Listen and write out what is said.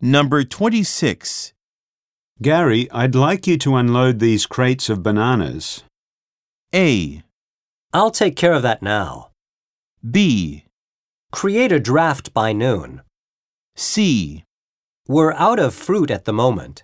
Number 26. Gary, I'd like you to unload these crates of bananas. A. I'll take care of that now. B. Create a draft by noon. C. We're out of fruit at the moment.